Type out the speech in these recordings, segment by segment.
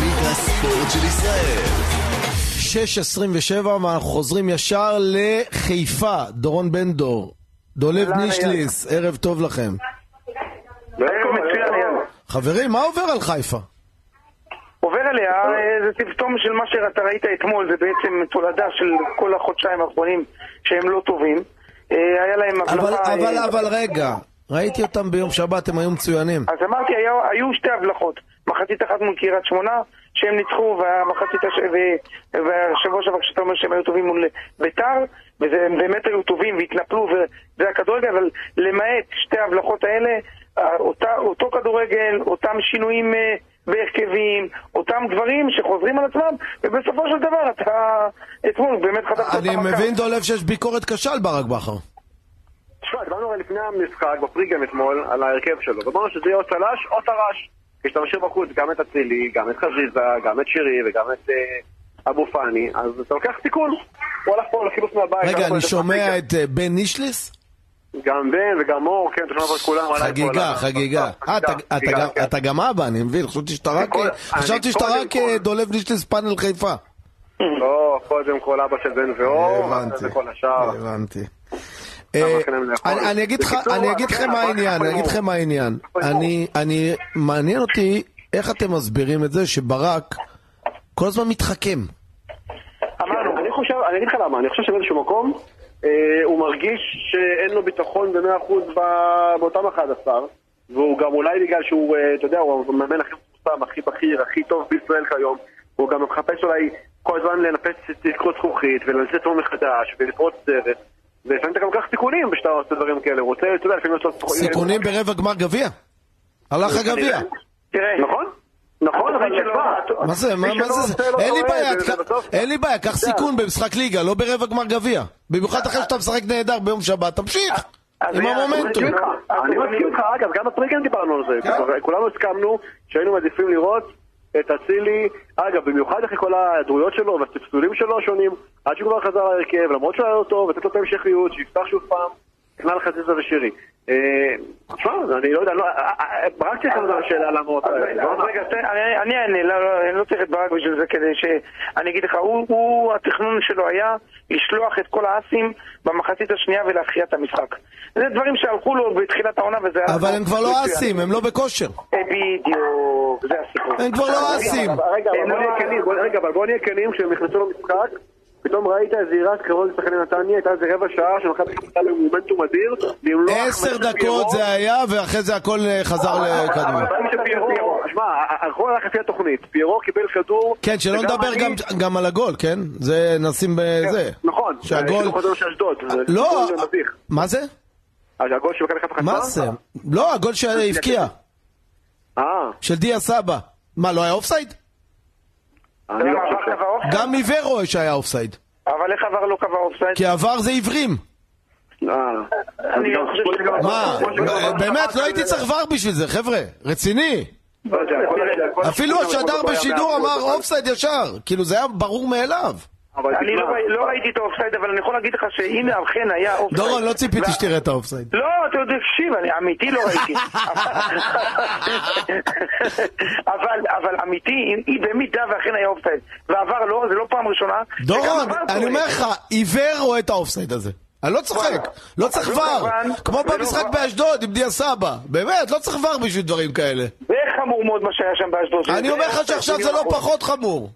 ליגה ספורט של ישראל. 6.27, ואנחנו חוזרים ישר לחיפה, דורון בן דור, דולב אהלן, נישליס, ערב טוב לכם. ערב מצוין, אייל. חברים, מה עובר על חיפה? עובר עליה, אה, זה סימפטום של מה שאתה ראית אתמול, זה בעצם תולדה של כל החודשיים האחרונים שהם לא טובים. אה, היה להם אבל, הבלחה... אבל, אה, אבל רגע, ראיתי אותם ביום שבת, הם היו מצוינים. אז אמרתי, היה, היו שתי הבלחות. מחצית אחת מול קריית שמונה, שהם ניצחו, והמחצית הש... ו... והשבוע שעבר כשאתה אומר שהם היו טובים מול ביתר, והם באמת היו טובים והתנפלו, וזה הכדורגל, אבל למעט שתי ההבלחות האלה, אה, אותה, אותו כדורגל, אותם שינויים אה, בהרכבים, אותם דברים שחוזרים על עצמם, ובסופו של דבר אתה אתמול באמת חטפת אני מבין, דולב, שיש ביקורת קשה על ברק בכר. כן, תשמע, דיברנו הרי לפני המשחק, בפריגם אתמול, על ההרכב שלו, ואמרנו שזה יהיה או צל"ש או טר"ש. כי כשאתה משאיר בחוץ גם את אצילי, גם את חזיזה, גם את שירי וגם את אה, אבו פאני, אז אתה לוקח סיכון. הוא הלך פה לחילוץ מהבית. הלך רגע, פה אני לשחק שומע את אה, בן נישליס? גם בן וגם אור, כן, אתה שומע פה את כולם. הוא עלה אתמול חגיגה, על- חגיגה. אה, אתה- חגיגה, אתה גם- כן. אתה גם אבא, אני מבין, חשבתי שאתה רק, אני כל- חשבתי אני שאתה קודם רק כל- אה, דולב נישליס פאנל חיפה. לא, קודם כל אבא של בן ואור, הבנתי, ואז כל השאר. הבנתי. למה אה, לכם הם לא אני- יכול? אני אגיד לך- בקיצור, אני אגיד אתה לכם יודע, מה אבל העניין, אני אנחנו- אגיד לכם מה העניין. אני, אני, מעניין אותי איך אתם מסבירים את זה שברק כל הזמן מתחכם. כן. אמרנו, אני חושב, אני אגיד לך למה, אני חושב שבאיזשהו מקום אה, הוא מרגיש שאין לו ביטחון ב-100% ב- באותם 11 והוא גם אולי בגלל שהוא, אה, אתה יודע, הוא המאמן הכי מפורסם, הכי בכיר, הכי טוב בישראל כיום הוא גם מחפש אולי כל הזמן לנפץ תקרות זכוכית ולנצל את עצמו מחדש ולפרוץ דרך ולפעמים אתה גם לוקח סיכונים כשאתה עושה דברים כאלה, הוא רוצה, אתה יודע, לפעמים לעשות סיכונים ברבע גמר גביע. הלך הגביע. תראה, נכון? נכון, אבל תשמע, מה זה, מה מי מה שלא זה, עושה, לא אין לי טועה, בעיה, זה- קח- זה אה, בסוף- אין לי בעיה, קח סיכון במשחק ליגה, לא ברבע גמר גביע. במיוחד אחרי שאתה משחק נהדר ביום שבת, תמשיך. עם היה- המומנטום. מסכים איתך. אה, אני מסכים איתך, אגב, גם בפריקן דיברנו על זה. כן. כולנו הסכמנו שהיינו מעדיפים לראות את אצילי, אגב, במיוחד אחרי כל ההיעדרויות שלו והספסולים שלו השונים, עד שהוא כבר חזר להרכב, למרות שהוא היה לא טוב, לתת לו את ההמשכיות, שיפתח שוב פעם, כנ"ל חזיזה ושירי. אה, תשמע, אני לא יודע, לא, אה, אה, ברק צריך לדעת שאלה למה הוא... אז לא, רגע, רגע, תן- אני- אני אענה, לא, לא, אני לא צריך את ברק בשביל זה כדי ש... אני אגיד לך, הוא- הוא, התכנון שלו היה לשלוח את כל האסים במחצית השנייה ולהכריע את המשחק. זה דברים שהלכו לו בתחילת העונה וזה... היה- אבל הם כבר לא מצוין. אסים, הם לא בכושר. אה, בדיוק, זה הסיפור. הם כבר לא אסים. רגע, אבל בוא נהיה כנים, בוא- רגע, אבל בוא נהיה כנים, כשהם נכנסו למשחק, פתאום ראית איזה עירת קרבות לשחקני נתניה, הייתה איזה רבע שעה שמכבי חיפה הייתה במומנטום אדיר, לא למלוח עשר חמש של דקות זה היה, ואחרי זה הכל אה, חזר לכדור. פיירו. שמע, אה, הכל הלך לפי התוכנית, פיירו קיבל כדור. כן, שלא וגם נדבר אני- גם, גם על הגול, כן? זה נשים בזה. נכון, שהגול... זה חוזר של אשדוד, זה לא, סיפור מביך. מה זה? אז הגול שמכבי חיפה חטפה? מה זה? לא, הגול שהבקיע, אה, של דיה סבא. מה, לא היה אופסייד? אני לא עבר חושב. קו האופסייד? גם עיוור רואה שהיה אופסייד. אבל איך עבר לא קו האופסייד? כי עבר זה עיוורים. אה. אני לא חושב שגם- מה? באמת, לא אה, הייתי צריך ור בשביל זה, חבר'ה. רציני. לא יודע, כל ה- כל ה- אפילו השדר לא בשידור אמר אופסייד ישר. כאילו, זה היה ברור מאליו. אבל אני לא תשמע, ראי- לא ראיתי את האופסייד, אבל אני יכול להגיד לך שאם אכן היה אופסייד... דורון, לא ציפיתי שתראה את האופסייד. לא, אתה יודע, תקשיב, אני אמיתי לא ראיתי. אבל, אבל אמיתי, אם- אם במידה ואכן היה אופסייד, ועבר לא, זה לא פעם ראשונה. דורון, וגם עבר אני טוב. אומר לך, עיוור רואה את האופסייד הזה. אני לא צוחק, לא צריך לא ור. לבן, כמו ולא במשחק ור. באשדוד עם דיה סבא. באמת, לא צריך ור בשביל דברים כאלה. זה חמור מאוד מה שהיה שם באשדוד. אני אומר לך שעכשיו זה לא פחות חמור.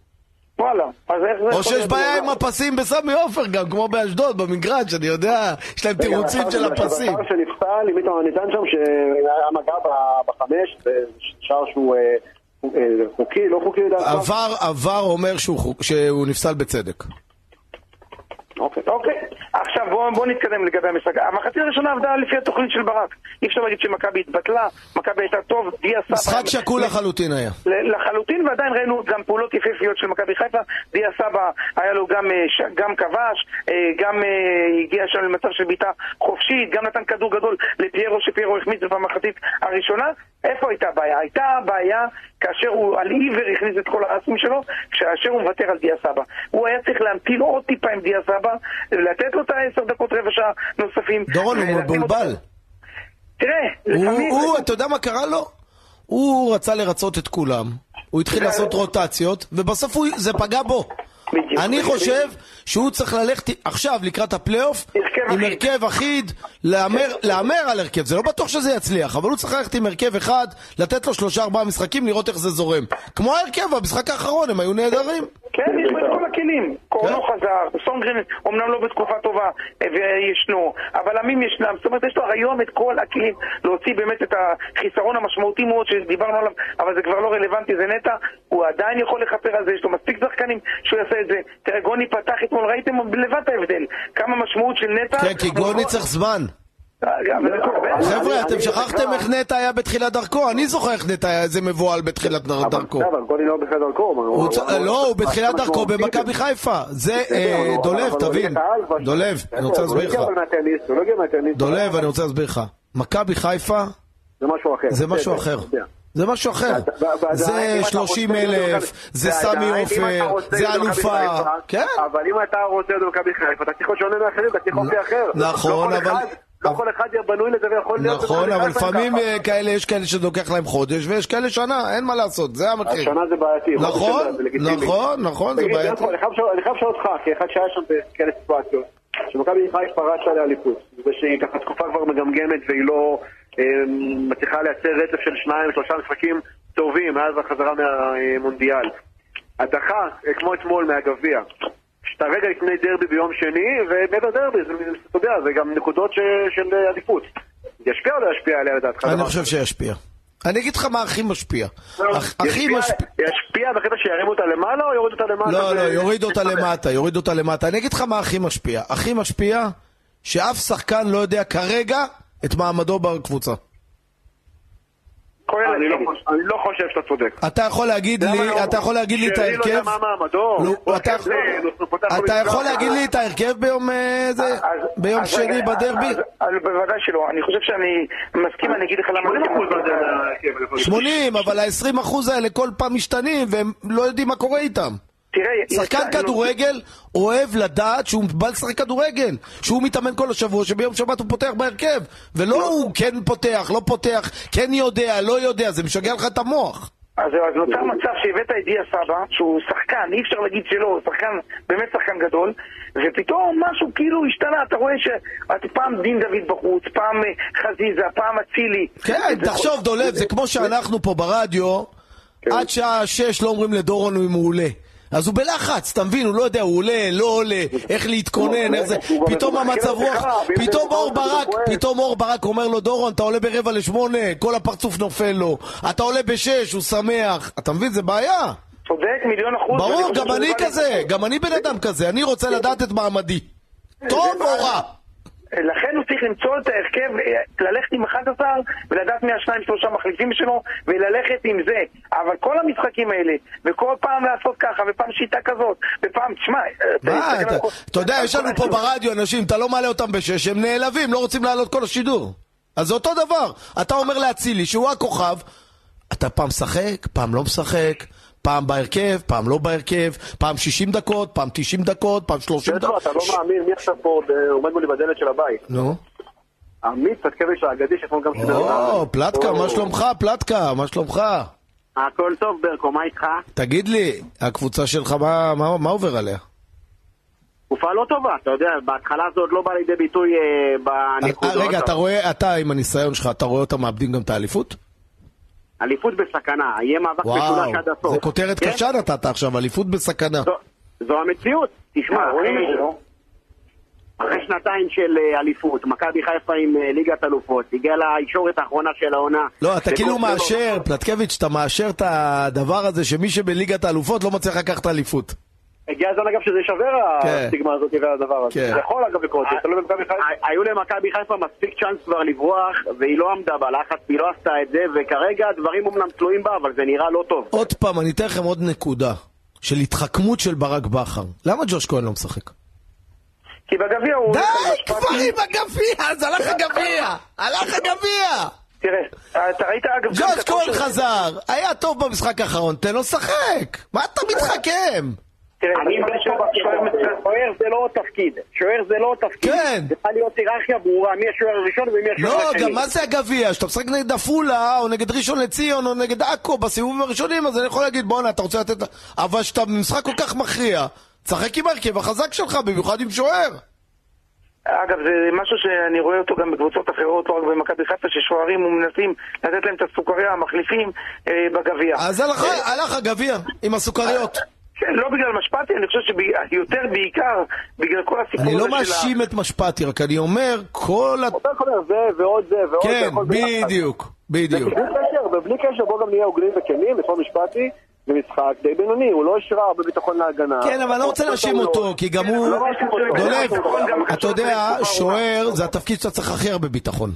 וואלה, אז איך זה... לא או יכול שיש להיות? בעיה עם הפסים בסמי עופר גם, כמו באשדוד, במגרש, אני יודע, יש להם תירוצים של הפסים. השער שנפסל עם איתמר ניתן שם, שהיה מגע ב- בחמש, זה שער שהוא אה, אה, חוקי, לא חוקי לדעתך? עבר, עבר אומר שהוא חוק- שהוא נפסל בצדק. אוקיי. אוקיי, עכשיו בואו בוא נתקדם לגבי המשחק. המחצית הראשונה עבדה לפי התוכנית של ברק. אי אפשר להגיד שמכבי התבטלה, מכבי הייתה טוב, דיה סבא... משחק שקול לחלוטין היה. ל- לחלוטין, ועדיין ראינו גם פעולות יפהפיות של מכבי חיפה. דיה סבא היה לו גם, אה, ש- גם כבש, אה, גם אה, הגיע שם למצב של בעיטה חופשית, גם נתן כדור גדול לפיירו, שפיירו החמיץ במחצית הראשונה. איפה הייתה הבעיה? הייתה הבעיה כאשר הוא על עיוור הכניס את כל האסים שלו, כאשר הוא מוותר על דיה סבא. הוא היה צריך להמתין עוד טיפה עם דיה סבא, לתת לו את העשר דקות רבע שעה נוספים. דורון, הוא ולשים אותו- מבולבל. תראה, הוא, לפעמים... הוא, אתה יודע מה קרה לו? הוא רצה לרצות את כולם, הוא התחיל לעשות רוטציות, ובסוף הוא- זה פגע בו. בדיוק. אני חושב שהוא צריך ללכת עכשיו לקראת הפלייאוף הרכב עם אחיד. כן. הרכב אחיד, להמר להמר על הרכב, זה לא בטוח שזה יצליח, אבל הוא צריך ללכת עם הרכב אחד, לתת לו שלושה ארבעה משחקים, לראות איך זה זורם. כמו ההרכב, המשחק האחרון, הם היו נהדרים. כן, יש לו את כל הכלים. כן. קורנו חזר, סונגרן אומנם לא בתקופה טובה, אה, וישנו, אבל עמים ישנם. זאת אומרת, יש לו היום את כל הכלים להוציא באמת את החיסרון המשמעותי מאוד שדיברנו עליו, אבל זה כבר לא רלוונטי, זה נטע. הוא עדיין יכול לכפר על זה, יש לו מספיק שחקנים שהוא יעשה את זה. תראה, גוני פתח אתמול, ראיתם לבד את ההבדל. כמה משמעות של נטע. כן, כי גוני צריך זמן. אה, גם- חבר'ה, אתם שכחתם איך נטע היה בתחילת דרכו? אני זוכר איך נטע היה איזה מבוהל בתחילת דרכו. אבל גולי לא בתחילת דרכו. הוא- הוא הוא- צ- הוא- לא, הוא הוא- בתחילת הוא- דרכו הוא- במכבי חיפה. זה אה, בסדר, אבל- דולב, אבל הוא תבין. ליגת העל כבר שם. דולב, אני רוצה בסדר, הוא להסביר לא הגיע לך. אבל מהטניס, הוא לא הגיע מהטניס. דולב, אני רוצה להסביר לך. מכבי חיפה זה משהו אחר. זה משהו בסדר, אחר. בסדר. זה משהו אחר. ו- ועדיין, אם זה אתה 30 רוצה, אלף, אתה- זה ועדיין, סמי אם אתה עופר, רוצה זה להיות מכבי אלופה. חיפה, כן. אבל אם אתה רוצה להיות במכבי חיפה, אתה צריך להיות שונה מאחרים, אתה צריך אופי אחר. נכון, לא כל אבל- אחד- לא כל אחד יהיה בנוי לזה ויכול להיות... נכון, במכבי אבל חיפה לפעמים ככה. אה, כאלה, יש כאלה שלוקח להם חודש, ויש כאלה שנה, אין מה לעשות, זה המחיר. השנה זה בעייתי. נכון, חודש שנה זה לגיטימי. נכון, נכון, זה תגיד, בעייתי. יעקב, אני חייב לשאול- אני חייב לשאול אותך, כאחד שהיה שם בכאלה סיטואציות, שמכבי חיפה רצה לאליפות, ושהיא ככה תקופה כבר מגמגמת והיא לא אה, מצליחה לייצר רצף של שניים, שלושה משחקים טובים מאז החזרה מהמונדיאל. הדחה, אה, כמו אתמול מהגביע, שאתה רגע לפני דרבי ביום שני, ומעבר דרבי, זה, אתה יודע, זה גם נקודות ש, של אה, אליפות. ישפיע או לא ישפיע עליה לדעתך? אני הדבר חושב שישפיע. אני אגיד לך מה הכי משפיע. הכ- הכי לא, ישפיע- משפיע... ישפיע בקטע שירימו אותה למעלה או יורידו אותה למטה? לא, ו- לא, יוריד אותה נסתבך? למטה, יוריד אותה למטה. אני אגיד לך מה הכי משפיע. הכי משפיע, שאף שחקן לא יודע כרגע את מעמדו בקבוצה. כולל אני לא נגד. חוש- אני לא חושב שאתה צודק. אתה יכול להגיד לי, אתה יכול להגיד לי את שרי לא יודע ההרכב? מה מעמדו, לא, הוא אתה- הקפטן, הוא פותח אתה במשחק. יכול להגיד לי את ההרכב ביום אה, זה- אז- ביום אז שני רגע, בדרבי? אז- אז בוודאי שלא. אני חושב שאני מסכים, אני אגיד לך למה... 80% אני- מהדרך להרכב, אני יכול להגיד. 80, אבל ה-20 אחוז האלה כל פעם משתנים, והם לא יודעים מה קורה איתם. תראה, שחקן יצא- כדורגל אוהב לדעת שהוא בא לשחק כדורגל, שהוא מתאמן כל השבוע, שביום שבת הוא פותח בהרכב, ולא הוא כן פותח, לא פותח, כן יודע, לא יודע, זה משגע לך את המוח. אז זהו, אז נוצר מצב שהבאת את דיה סבא, שהוא שחקן, אי אפשר להגיד שלא, הוא שחקן, באמת שחקן גדול, ופתאום משהו כאילו השתנה, אתה רואה שפעם דין דוד בחוץ, פעם אה, חזיזה, פעם אצילי. כן, זה- תחשוב, דולב, זה כמו שאנחנו פה ברדיו, עד שעה שש לא אומרים לדורון אם הוא עולה. אז הוא בלחץ, אתה מבין? הוא לא יודע, הוא עולה, לא עולה, איך להתכונן, איך זה... הוא גם פתאום מחכה המצב רוח, לשיחה, ואם זה פתאום נכון, אור זה ברק, כועס. פתאום אור ברק אומר לו, דורון, אתה עולה ברבע לשמונה, כל הפרצוף נופל לו. אתה עולה בשש, הוא שמח. אתה מבין? זה בעיה. צודק מיליון אחוז. ואני ברור, חושב גם שזה אני בא לי- כזה, גם אני בן אדם כזה, אני רוצה לדעת את מעמדי. טוב או רע? לכן הוא צריך למצוא את ההרכב, אה, ללכת עם 11 ולדעת מי השניים שלושה מחליפים שלו וללכת עם זה. אבל כל המשחקים האלה, וכל פעם לעשות ככה, ופעם שיטה כזאת, ופעם, תשמע... אה, מה, תסתכל אתה- על כל- אתה יודע, יש לנו פה ברדיו אנשים, אתה לא מעלה אותם בשש, הם נעלבים, לא רוצים לעלות כל השידור. אז זה אותו דבר. אתה אומר לאצילי, שהוא הכוכב, אתה פעם משחק, פעם לא משחק. פעם בהרכב, פעם לא בהרכב, פעם 60 דקות, פעם 90 דקות, פעם 30 בסדר, דקות. אתה לא מאמין, מי עכשיו פה ב- עומד מולי בדלת של הבית? נו. עמית פתקביץ' האגדי שאתמול גם שידר או, אותנו. פלטקה, או. מה שלומך, פלטקה, מה שלומך? הכל טוב ברקו, מה איתך? תגיד לי, הקבוצה שלך, מה- מה מה עובר עליה? תקופה לא טובה, אתה יודע, בהתחלה זה עוד לא בא לידי ביטוי אה, לא? בנקודות. רגע, אתה רואה, אתה עם הניסיון שלך, אתה רואה אותם מאבדים גם את האליפות? אליפות בסכנה, יהיה מאבק וואו, משולש עד הסוף. זו כותרת כן? קשה נתת עכשיו, אליפות בסכנה. לא, זו- זו המציאות. תשמע, מה, רואים אחרי- את זה, לא? אחרי שנתיים של אה, אליפות, מכבי חיפה עם אה, ליגת אלופות, הגיעה לישורת האחרונה של העונה. לא, אתה כאילו וקוסטלו- מאשר, נכון. פלטקביץ', אתה מאשר את הדבר הזה שמי שבליגת האלופות לא מצליח לקחת אליפות. הגיע הזמן אגב שזה יישבר כן. הסטיגמה הזאת והדבר הזה. כן. זה יכול אגב לקרות, זה תלוי במכבי חיפה. ה- היו למכבי חיפה מספיק צ'אנס כבר לברוח, והיא לא עמדה בלחץ, והיא לא עשתה את זה, וכרגע הדברים אומנם תלויים בה, אבל זה נראה לא טוב. עוד פעם, אני אתן לכם עוד נקודה, של התחכמות של ברק בכר. למה ג'וש כהן לא משחק? כי בגביע הוא... לא די הולך על משפט- כבר עם הגביע, אז הלך הגביע! הלך הגביע! תראה, אתה ראית אגב... גם ג'וש את הכושר- כהן חזר, היה טוב במשחק האחרון, תן לו לשחק! מה אתה מתחכם? תראה, אני אני דווקא שואל- בכיוון שואל הזה. מצוין. שוער זה לא תפקיד. שוער זה לא תפקיד. כן. צריכה להיות היררכיה ברורה מי השוער הראשון ומי השוער לא, השני. גם מה זה הגביע? כשאתה משחק נגד עפולה, או נגד ראשון לציון, או נגד עכו בסיבובים הראשונים, אז אני יכול להגיד, בואנה, אתה רוצה לתת... לה-" אבל כשאתה במשחק כל כך מכריע, תשחק עם ההרכב החזק שלך, במיוחד עם שוער. אגב, זה משהו שאני רואה אותו גם בקבוצות אחרות, לא רק במכבי חיפה, ששוערים ומנסים לתת להם את הסוכריה, המחליפים אה, בגביע. אז הלך- הלך הגביע, עם הסוכריות. כן, לא בגלל משפטי, אני חושב שיותר בעיקר בגלל כל הסיפור הזה אני של לא ה- מאשים את משפטי, רק אני אומר, כל ה... אומר, חבר, זה ועוד זה ועוד זה. כן, הכל ביחד. בדיוק, בדיוק. ובלי קשר, ובלי קשר, בואו גם נהיה הוגנים וכנים, לפעמים משפטי זה משחק די בינוני, הוא לא השרה הרבה ביטחון להגנה. כן, אבל אני לא רוצה הוא עושה להאשים אותו, טעויות. כי גם הוא... לא מאשים אותו. דולב, לא מאשים אותו. גם אתה חשוב יודע, להם שוער זה התפקיד שאתה צריך הכי הרבה ביטחון.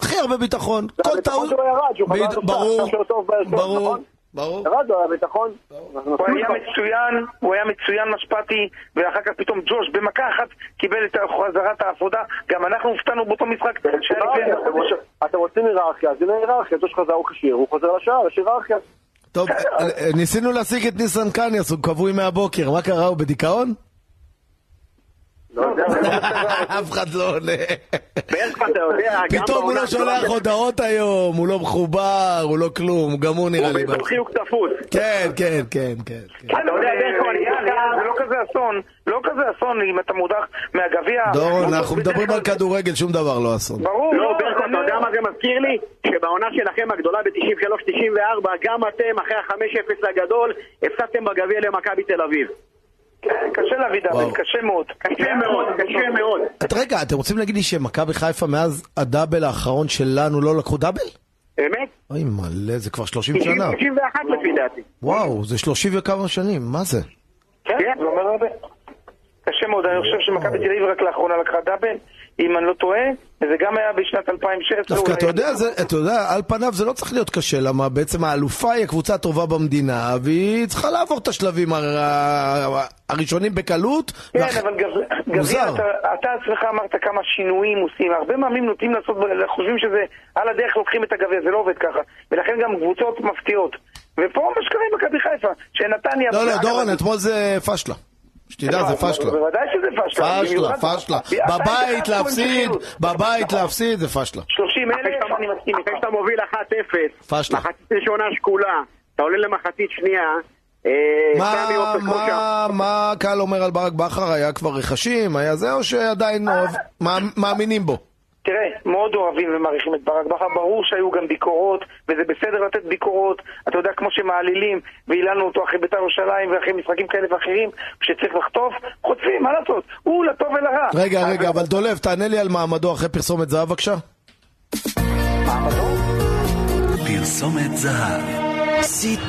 הכי הרבה ביטחון. כל לא, הביטחון טעות... שלו ירד, שהוא חזר בד- עכשיו, ברור, עכשיו שהוא טוב בהרכב, ברור, נכון? ברור. ירד לו הביטחון. הוא היה מצוין, הוא היה מצוין משפטי, ואחר כך פתאום ג'וש במכה אחת קיבל את חזרת העבודה. גם אנחנו הופתענו באותו משחק לא כן, נכון. שהיה לפני איזה חודש. אתם רוצים היררכיה, אז הנה היררכיה, יש חזר הוא כשיר, הוא חוזר לשער, יש היררכיה. טוב, אה, ניסינו להשיג את ניסן קניאס, הוא כבוי מהבוקר, מה קרה, הוא בדיכאון? לא יודע, אף אחד לא עונה. בערך אתה יודע, גם פתאום הוא בעונה לא שולח הקודמת, הודעות היום, הוא לא מחובר, הוא לא כלום, גם הוא נראה הוא לי... בעצם חיוג תפוס. כן, כן, כן, כן. כן. אתה יודע, בערך הוא אייל, אייל, אה, זה לא כזה אסון, לא כזה אסון אם אתה מודח מהגביע. לא, דורון, הוא- אנחנו בדרך מדברים כלל- על כדורגל, שום דבר לא אסון. ברור. לא, ברקו, אני- אתה יודע מה זה מזכיר לי? שבעונה שלכם הגדולה ב-93-94, גם אתם, אחרי ה-5-0 הגדול, הפסדתם בגביע למכבי תל אביב. קשה להביא וואו. דוד, קשה מאוד. קשה מאוד, קשה מאוד. את- רגע, אתם רוצים להגיד לי שמכבי חיפה מאז הדאבל האחרון שלנו לא לקחו דאבל? אמת? אוי מלא, זה כבר 30 שנה. 91 לפי דעתי. וואו, זה 30 וכמה שנים, מה זה? כן, זה אומר הרבה. קשה מאוד, אני חושב שמכבי תל אביב רק לאחרונה לקחה דאבל, אם אני לא טועה, וזה גם היה בשנת 2016. דווקא אולי- אתה יודע, זה, אתה יודע, על פניו זה לא צריך להיות קשה, למה בעצם האלופה היא הקבוצה הטובה במדינה, והיא צריכה לעבור את השלבים הר... ה- הראשונים בקלות. כן, ואח- אבל גב- גביע, מוזר. אתה- אתה עצמך אמרת כמה שינויים עושים. הרבה מאמנים נוטים לעשות, חושבים שזה על הדרך לוקחים את הגביע, זה לא עובד ככה. ולכן גם קבוצות מפתיעות. ופה מה שקרה עם מכבי חיפה, שנתניה... לא, לא, אגב, דורון, אתמול זה פשלה. לא, שתדע, זה פשלה. בוודאי שזה פשלה. פשלה, במיוחד- פשלה. אתה- בבית אתה- להפסיד, בבית נכון. להפסיד, זה פשלה. 30 אחרי אלף, שאתה- אני מסכים איתך. אחרי שאתה מוביל 1-0, פשלה. מחצית ראשונה שקולה, אתה עולה למחצית שנייה, אה, סמי מה, עופר כמו שם. מה, מה הקהל אומר על ברק בכר? היה כבר רכשים? היה זה או שעדיין אה, אוהב- מאמ- מאמינים בו? תראה, מאוד אוהבים ומעריכים את ברק בכר, ברור שהיו גם ביקורות, וזה בסדר לתת ביקורות, אתה יודע, כמו שמעלילים, והיללנו אותו אחרי בית"ר ירושלים ואחרי משחקים כאלה ואחרים, כשצריך לחטוף, חוטפים, מה לעשות? הוא לטוב ולרע. רגע, אה, אז- רגע, אבל דולב, תענה לי על מעמדו אחרי פרסומת זהב בבקשה. פרסומת זהב. סיט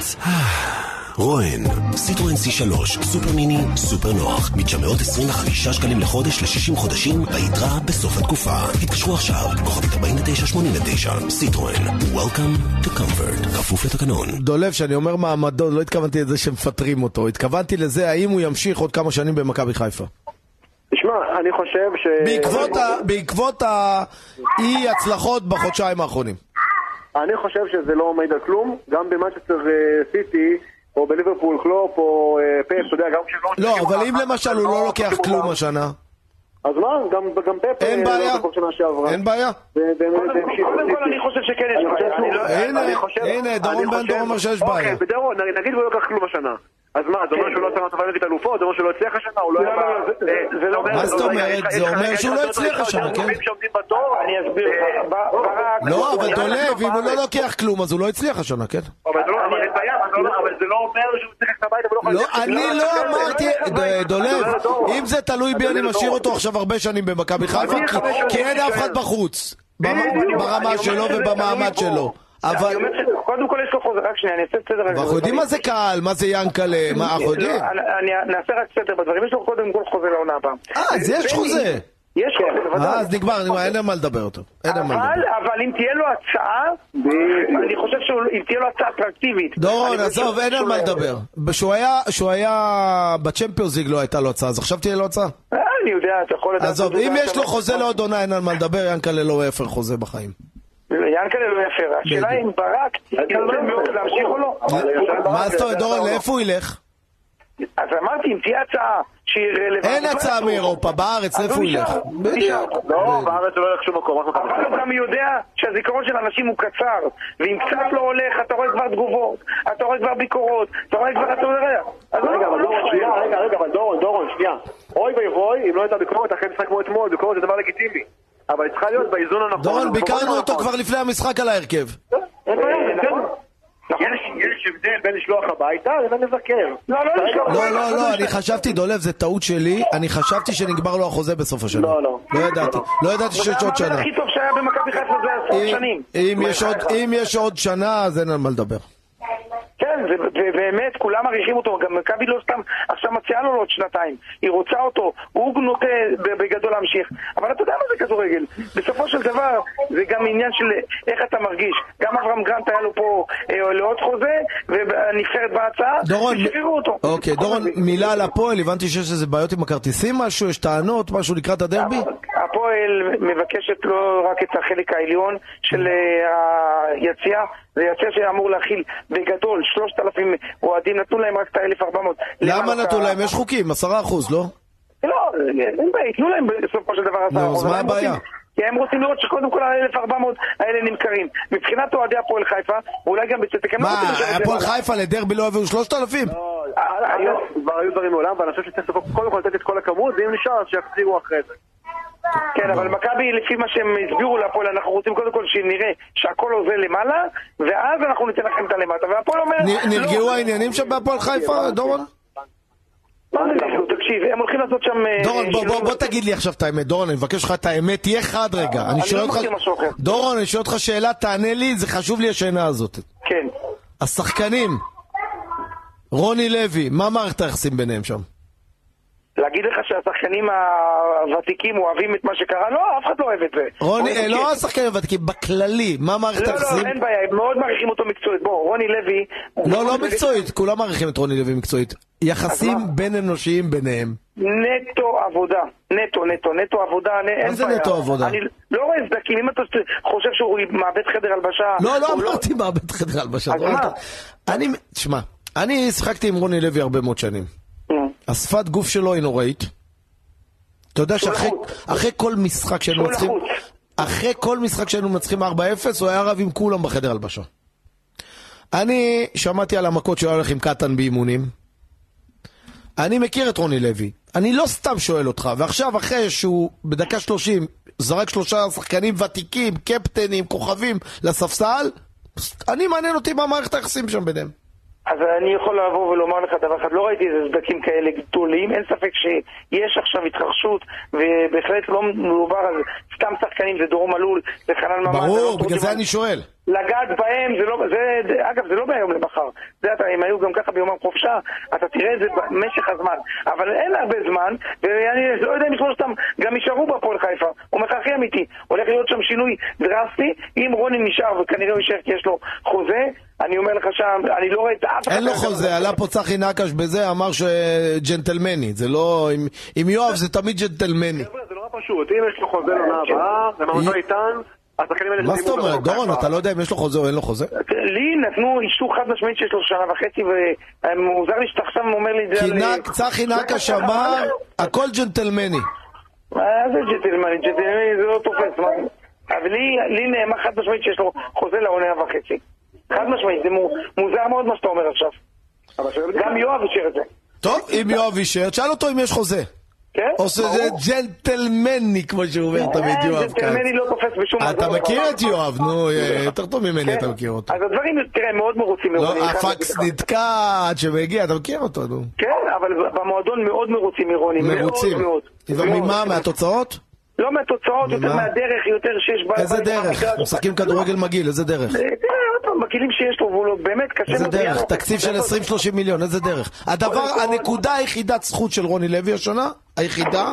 רואן, סיטרואן C3, סופר מיני, סופר נוח, מ-925 שקלים לחודש ל-60 חודשים, ביתרה בסוף התקופה. התקשרו עכשיו, כוכבית 4989, סיטרואן, Welcome to comfort, כפוף לתקנון. דולב, שאני אומר מעמדו, לא התכוונתי לזה שמפטרים אותו, התכוונתי לזה האם הוא ימשיך עוד כמה שנים במכבי חיפה. תשמע, אני חושב ש... בעקבות ה- בעקבות האי הצלחות בחודשיים האחרונים. אני חושב שזה לא עומד על כלום, גם במנצ'סטר אה, סיטי, או בליברפול קלופ, או אה, פפ, אתה יודע, גם כשלא... לא, עושים אבל אותם, אם למשל הוא לא לוקח עושים כלום אותם. השנה, אז מה, גם- גם פפ... אין אה, לא בעיה. לקח כל שנה שעברה. אין בעיה. ו- והם- והם המשיכו. קודם כל אני חושב שכן יש אני חושב בעיה, אני שהוא- לא... הנה, אני חושב- הנה, דורון אני בן חושב- דורון אומר שיש בעיה. אוקיי, בדורון, נגיד הוא לא לקח כלום השנה. אז מה, זה אומר שהוא לא עשה מהטובה ליגת אלופות? זה אומר שהוא לא הצליח השנה? הוא לא לא, היה... לא, לא, ב- זה- זה- זה לא- מה זאת לא, רגע, אומרת? יש לך- זה יש לך- אומר יש לך שהוא לא יותר- הצליח יותר השנה, כן? גורמים שעומדים בתור. אני אסביר לך, ב- ברק... לא, אבל הוא- דולב, אם הוא לא לוקח כלום, אז הוא לא הצליח השנה, כן? אבל זה לא- אבל אין בעיה, אבל זה לא- אבל זה לא אומר שהוא צריך ללכת הביתה ולא יכול לא, ללכת. אני לא אמרתי, ד- דולב, דולב, דורון. אם זה תלוי בי, אני דולב, משאיר לא. דורון. אותו עכשיו הרבה שנים במכבי חיפה, כי- אני חמש שנים כי אין אף אחד שנים. בחוץ, בדיוק, במ- אני ברמה אומר שלו שזה ובמעמד תלוי בו. שלו. אני אבל אומר ש- קודם כל יש לו חוזה, רק שנייה, אני אעשה סדר. רק אנחנו יודעים בדברים. מה זה קהל, מה זה ינקלה, מה אנחנו לא, יודעים. אני- אני נעשה רק סדר בדברים, יש לו קודם כל חוזה לעונה הבאה. אה, אז יש בני, חוזה. יש חוזה, אה, בוודאי. אז נגמר, נגמר, אין על מה לדבר יותר. אין על מה לדבר. אבל, אבל אם תהיה לו הצעה, אני חושב שאם תהיה לו הצעה אטרקטיבית. דורון, אני חושב עזוב, אין על שהוא מה לא- לדבר. שהוא היה- שהוא היה בצ'מפיונס ליג לא הייתה לו הצעה, אז עכשיו תהיה לו הצעה? אה, אני יודע, אתה יכול לדעת... עזוב, אתה אם יודע, יש אתה לו לא- חוזה לעוד עונה, אין על מה לדבר, ינקלה לא יפר חוזה בחיים. ינקלה לא יפר. השאלה בדיוק. אם ברק ירצה מאוד להמשיך או לא. מה זאת אומרת, דורון, לאיפה הוא ילך? אז אמרתי, אם תהיה הצעה שהיא רלוונטית... לא אין הצעה מאירופה, בארץ, אז איפה הוא הוא ילך? נשאר, הוא נשאר. בדיוק. לא, בארץ הוא לא ילך שום מקום, רק מכבי אבל לא הוא חיפה. גם יודע שהזיכרון של אנשים הוא קצר, ואם קצת לא הולך, אתה רואה כבר תגובות, אתה רואה כבר ביקורות, אתה רואה כבר... אתה רואה... אז רגע, לא, אבל לא דורון, חשוב. שנייה, רגע, רגע, אבל דורון, דורון, שנייה. אוי ואבוי, אם לא הייתה ביקורת אחרי משחק כמו אתמול, ביקורת זה דבר לגיטימי. אבל היא צריכה להיות באיזון הנכון. דורון, ובמקום ביקרנו אותו הנכון. כבר לפני המשחק על ההרכב. אין בעיה, זה בסדר. נכון. יש- יש הבדל בין לשלוח הביתה לבין לבקר. לא, לא לשלוח. לא, לא, לא, אני חשבתי, דולב, זה טעות שלי, אני חשבתי שנגמר לו החוזה בסוף השנה. לא, לא. לא ידעתי, לא ידעתי זה שיש עוד המאמן שנה. הכי טוב שהיה במכבי חיפה זה עשרות אם- שנים. אם יש עוד- אם יש עוד שנה, אז אין על מה לדבר. כן, ובאמת, כולם מעריכים אותו, גם מכבי לא סתם עכשיו מציעה לו לעוד שנתיים. היא רוצה אותו, הוא נוטה ב- בגדול להמשיך. אבל אתה יודע מה זה כדורגל. בסופו של דבר, זה גם עניין של איך אתה מרגיש. גם אברהם גרנט היה לו פה אה, לעוד חוזה, והנבחרת בהצעה, דורון, ושחררו אותו. אוקיי, דורון, מילה על הפועל, הבנתי שיש איזה בעיות עם הכרטיסים משהו, יש טענות, משהו לקראת הדרבי? הפועל מבקשת לא רק את החלק העליון של אה, היציאה, זה יציאה שאמור להכיל בגדול 3,000 אוהדים, נתנו להם רק את ה-1,400. למה למעלה, נתנו אתה- להם? יש חוקים, עשרה אחוז, לא? לא, אין בעיה, ייתנו להם בסופו של דבר עשרה נו, אז אחוז. מה אבל הם הבעיה? רוצים- כי הם רוצים לראות שקודם כל ה-1,400 האלה נמכרים. מבחינת אוהדי הפועל חיפה, ואולי גם בצדק, הם לא רוצים מה, לשבת הפועל לבד. חיפה לדרבי לא הביאו שלושת אלפים? לא, היום כבר היו דברים מעולם, ואני חושב שצריך קודם כל לתת את כל הכמות, ואם נשאר, אז שיחזירו אחרי זה. כן, אבל מכבי, לפי מה שהם הסבירו להפועל, אנחנו רוצים קודם כל שנראה שהכל עוזר למעלה, ואז אנחנו ניתן לכם את הלמטה. והפועל אומר... נ- נרגעו לא. העניינים שם בהפועל חיפה, דורון? מה זה נרגעו? לא, תקשיב, הם הולכים לעשות שם... אה, דורון, בוא, בוא, שינוי. בוא תגיד לי עכשיו את האמת. דורון, אני מבקש ממך את האמת, תהיה חד רגע. אני לא שואל אותך... מכיר משהו אחר. דורון, אני שואל אותך שאלה, תענה לי, זה חשוב לי השינה הזאת. כן. השחקנים, רוני לוי, מה מערכת היחסים ביניהם שם? להגיד לך שהשחקנים הוותיקים אוהבים את מה שקרה? לא, אף אחד לא אוהב את זה. רוני, אוהב אה, את לא זה. השחקנים הוותיקים, בכללי, מה מערכת כן. לא, היחסים? לא, אין בעיה, הם מאוד מעריכים אותו מקצועית. בוא, רוני לוי... לא, לא מקצועית, כולם מעריכים את רוני לוי מקצועית. אז מה? יחסים בין אנושיים ביניהם. נטו עבודה. נטו, נטו, נטו עבודה, נ- אין בעיה. זה נטו עבודה? אני לא רואה סדקים, אם אתה חושב שהוא מאבד חדר הלבשה... לא, לא הוא אמרתי מעבד חדר הלבשה. אז לא מה? אמרתי. אני, תשמע, אני שיחקתי עם רוני לוי הרבה מאוד שנים. נו. השפת גוף שלו היא נוראית. אתה יודע שאחרי לחוץ. אחרי כל משחק שהיינו שהוא מנצחים... לחוץ. אחרי כל משחק שהיינו מנצחים 4-0, הוא היה רב עם כולם בחדר הלבשה. אני שמעתי על המכות שהוא היה הולך עם קטן באימונים. אני מכיר את רוני לוי. אני לא סתם שואל אותך, ועכשיו אחרי שהוא בדקה 30 זרק שלושה שחקנים ותיקים, קפטנים, כוכבים, לספסל, אני מעניין אותי מה מערכת היחסים שם ביניהם. אז אני יכול לבוא ולומר לך דבר אחד, לא ראיתי איזה סדקים כאלה גדולים, אין ספק שיש עכשיו התרחשות, ובהחלט לא מדובר על סתם שחקנים, זה דורון מלול, זה חנן ממן. זה לא ברור, בגלל תורג'מן. זה אני שואל. לגעת בהם, זה לא, זה, אגב, זה לא מהיום למחר. זה אתה, הם היו גם ככה ביומם חופשה, אתה תראה את זה במשך הזמן. אבל אין הרבה זמן, ואני לא יודע אם שלושתם גם יישארו בהפועל חיפה. הוא אומר לך, הכי אמיתי, הולך להיות שם שינוי דרסטי, אם רוני נשאר, וכנראה הוא יישאר כי יש לו חוזה, אני אומר לך שם, אני לא רואה את אף אחד... אין לו חוזה, עלה פה צחי נקש בזה, אמר שג'נטלמני, זה לא... עם- עם יואב זה תמיד ג'נטלמני. חבר'ה, זה נורא פשוט, אם יש לו חוזה לעונה אה, הבאה, כן. ומעמדו איתן, השחקנים האלה... מה שסיימו זאת אומרת, במקום חיפה. דורון, אתה לא יודע אם יש לו חוזה או אין לו חוזה? לי נתנו אישור חד משמעית שיש לו שנה וחצי, ומוזר לי שאתה עכשיו אומר לי את זה. כי על- נק- צחי נקש אמר, הכל ג'נטלמני. מה זה ג'נטלמני? ג'נטלמני זה לא תופס. מה? אבל לי, לי נאמר חד משמעית שיש לו חוזה לעונה וחצי. חד משמעית, זה מו- מוזר מאוד מה שאתה אומר עכשיו. אבל שלא גם יואב אישר את זה. טוב, אם יואב אישר, תשאל אותו אם יש חוזה. כן? או שזה ברור. ג'נטלמני, כמו שהוא אומר תמיד, אה, יואב ג'נטלמני כץ. לא תופס בשום אתה מקום. מכיר את יואב, נו, אה, יותר טוב ממני כן. אתה מכיר אותו. אז הדברים, תראה, הם מאוד מרוצים. מרוני, לא, אני חייב הפקס להגיד לך. נתקע עד שמגיע, אתה מכיר אותו, נו. כן, אבל במועדון מאוד מרוצים מרוני. מאוד מרוצים. מאוד. אבל מאוד. ממה? מהתוצאות? לא מהתוצאות, יותר ממה? מהדרך, יותר שיש... ב- איזה ב- דרך? במגרש. משחקים כדורגל מגעיל, איזה דרך? אה, תראה, עוד פעם, בכלים שיש לו, והוא לא- באמת קשה... איזה מאוד, היה דרך? לו- תקציב של 20-30 מיליון, איזה דרך? הדבר, אה, קודם כל- הנקודה היחידת זכות של רוני לוי השנה, היחידה,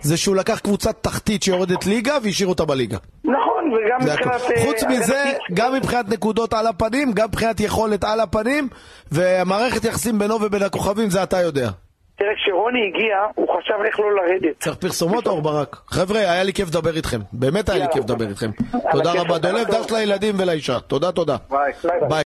זה שהוא לקח קבוצת תחתית שיורדת ליגה והשאיר אותה בליגה. נכון, וגם זה הכל. מבחינת... אה, חוץ מזה, הגנתית. גם מבחינת נקודות על הפנים, גם מבחינת יכולת על הפנים, והמערכת יחסים בינו ובין הכוכבים, זה אתה יודע. תראה, כשרוני הגיע, הוא חשב איך לא לרדת. צריך פרסומות, אור ברק? חבר'ה, היה לי כיף לדבר איתכם. באמת היה לי כיף לדבר איתכם. תודה כיף, רבה. יאללה, דולב טוב. דש לילדים ולאישה. תודה, תודה. ביי. ביי. ביי.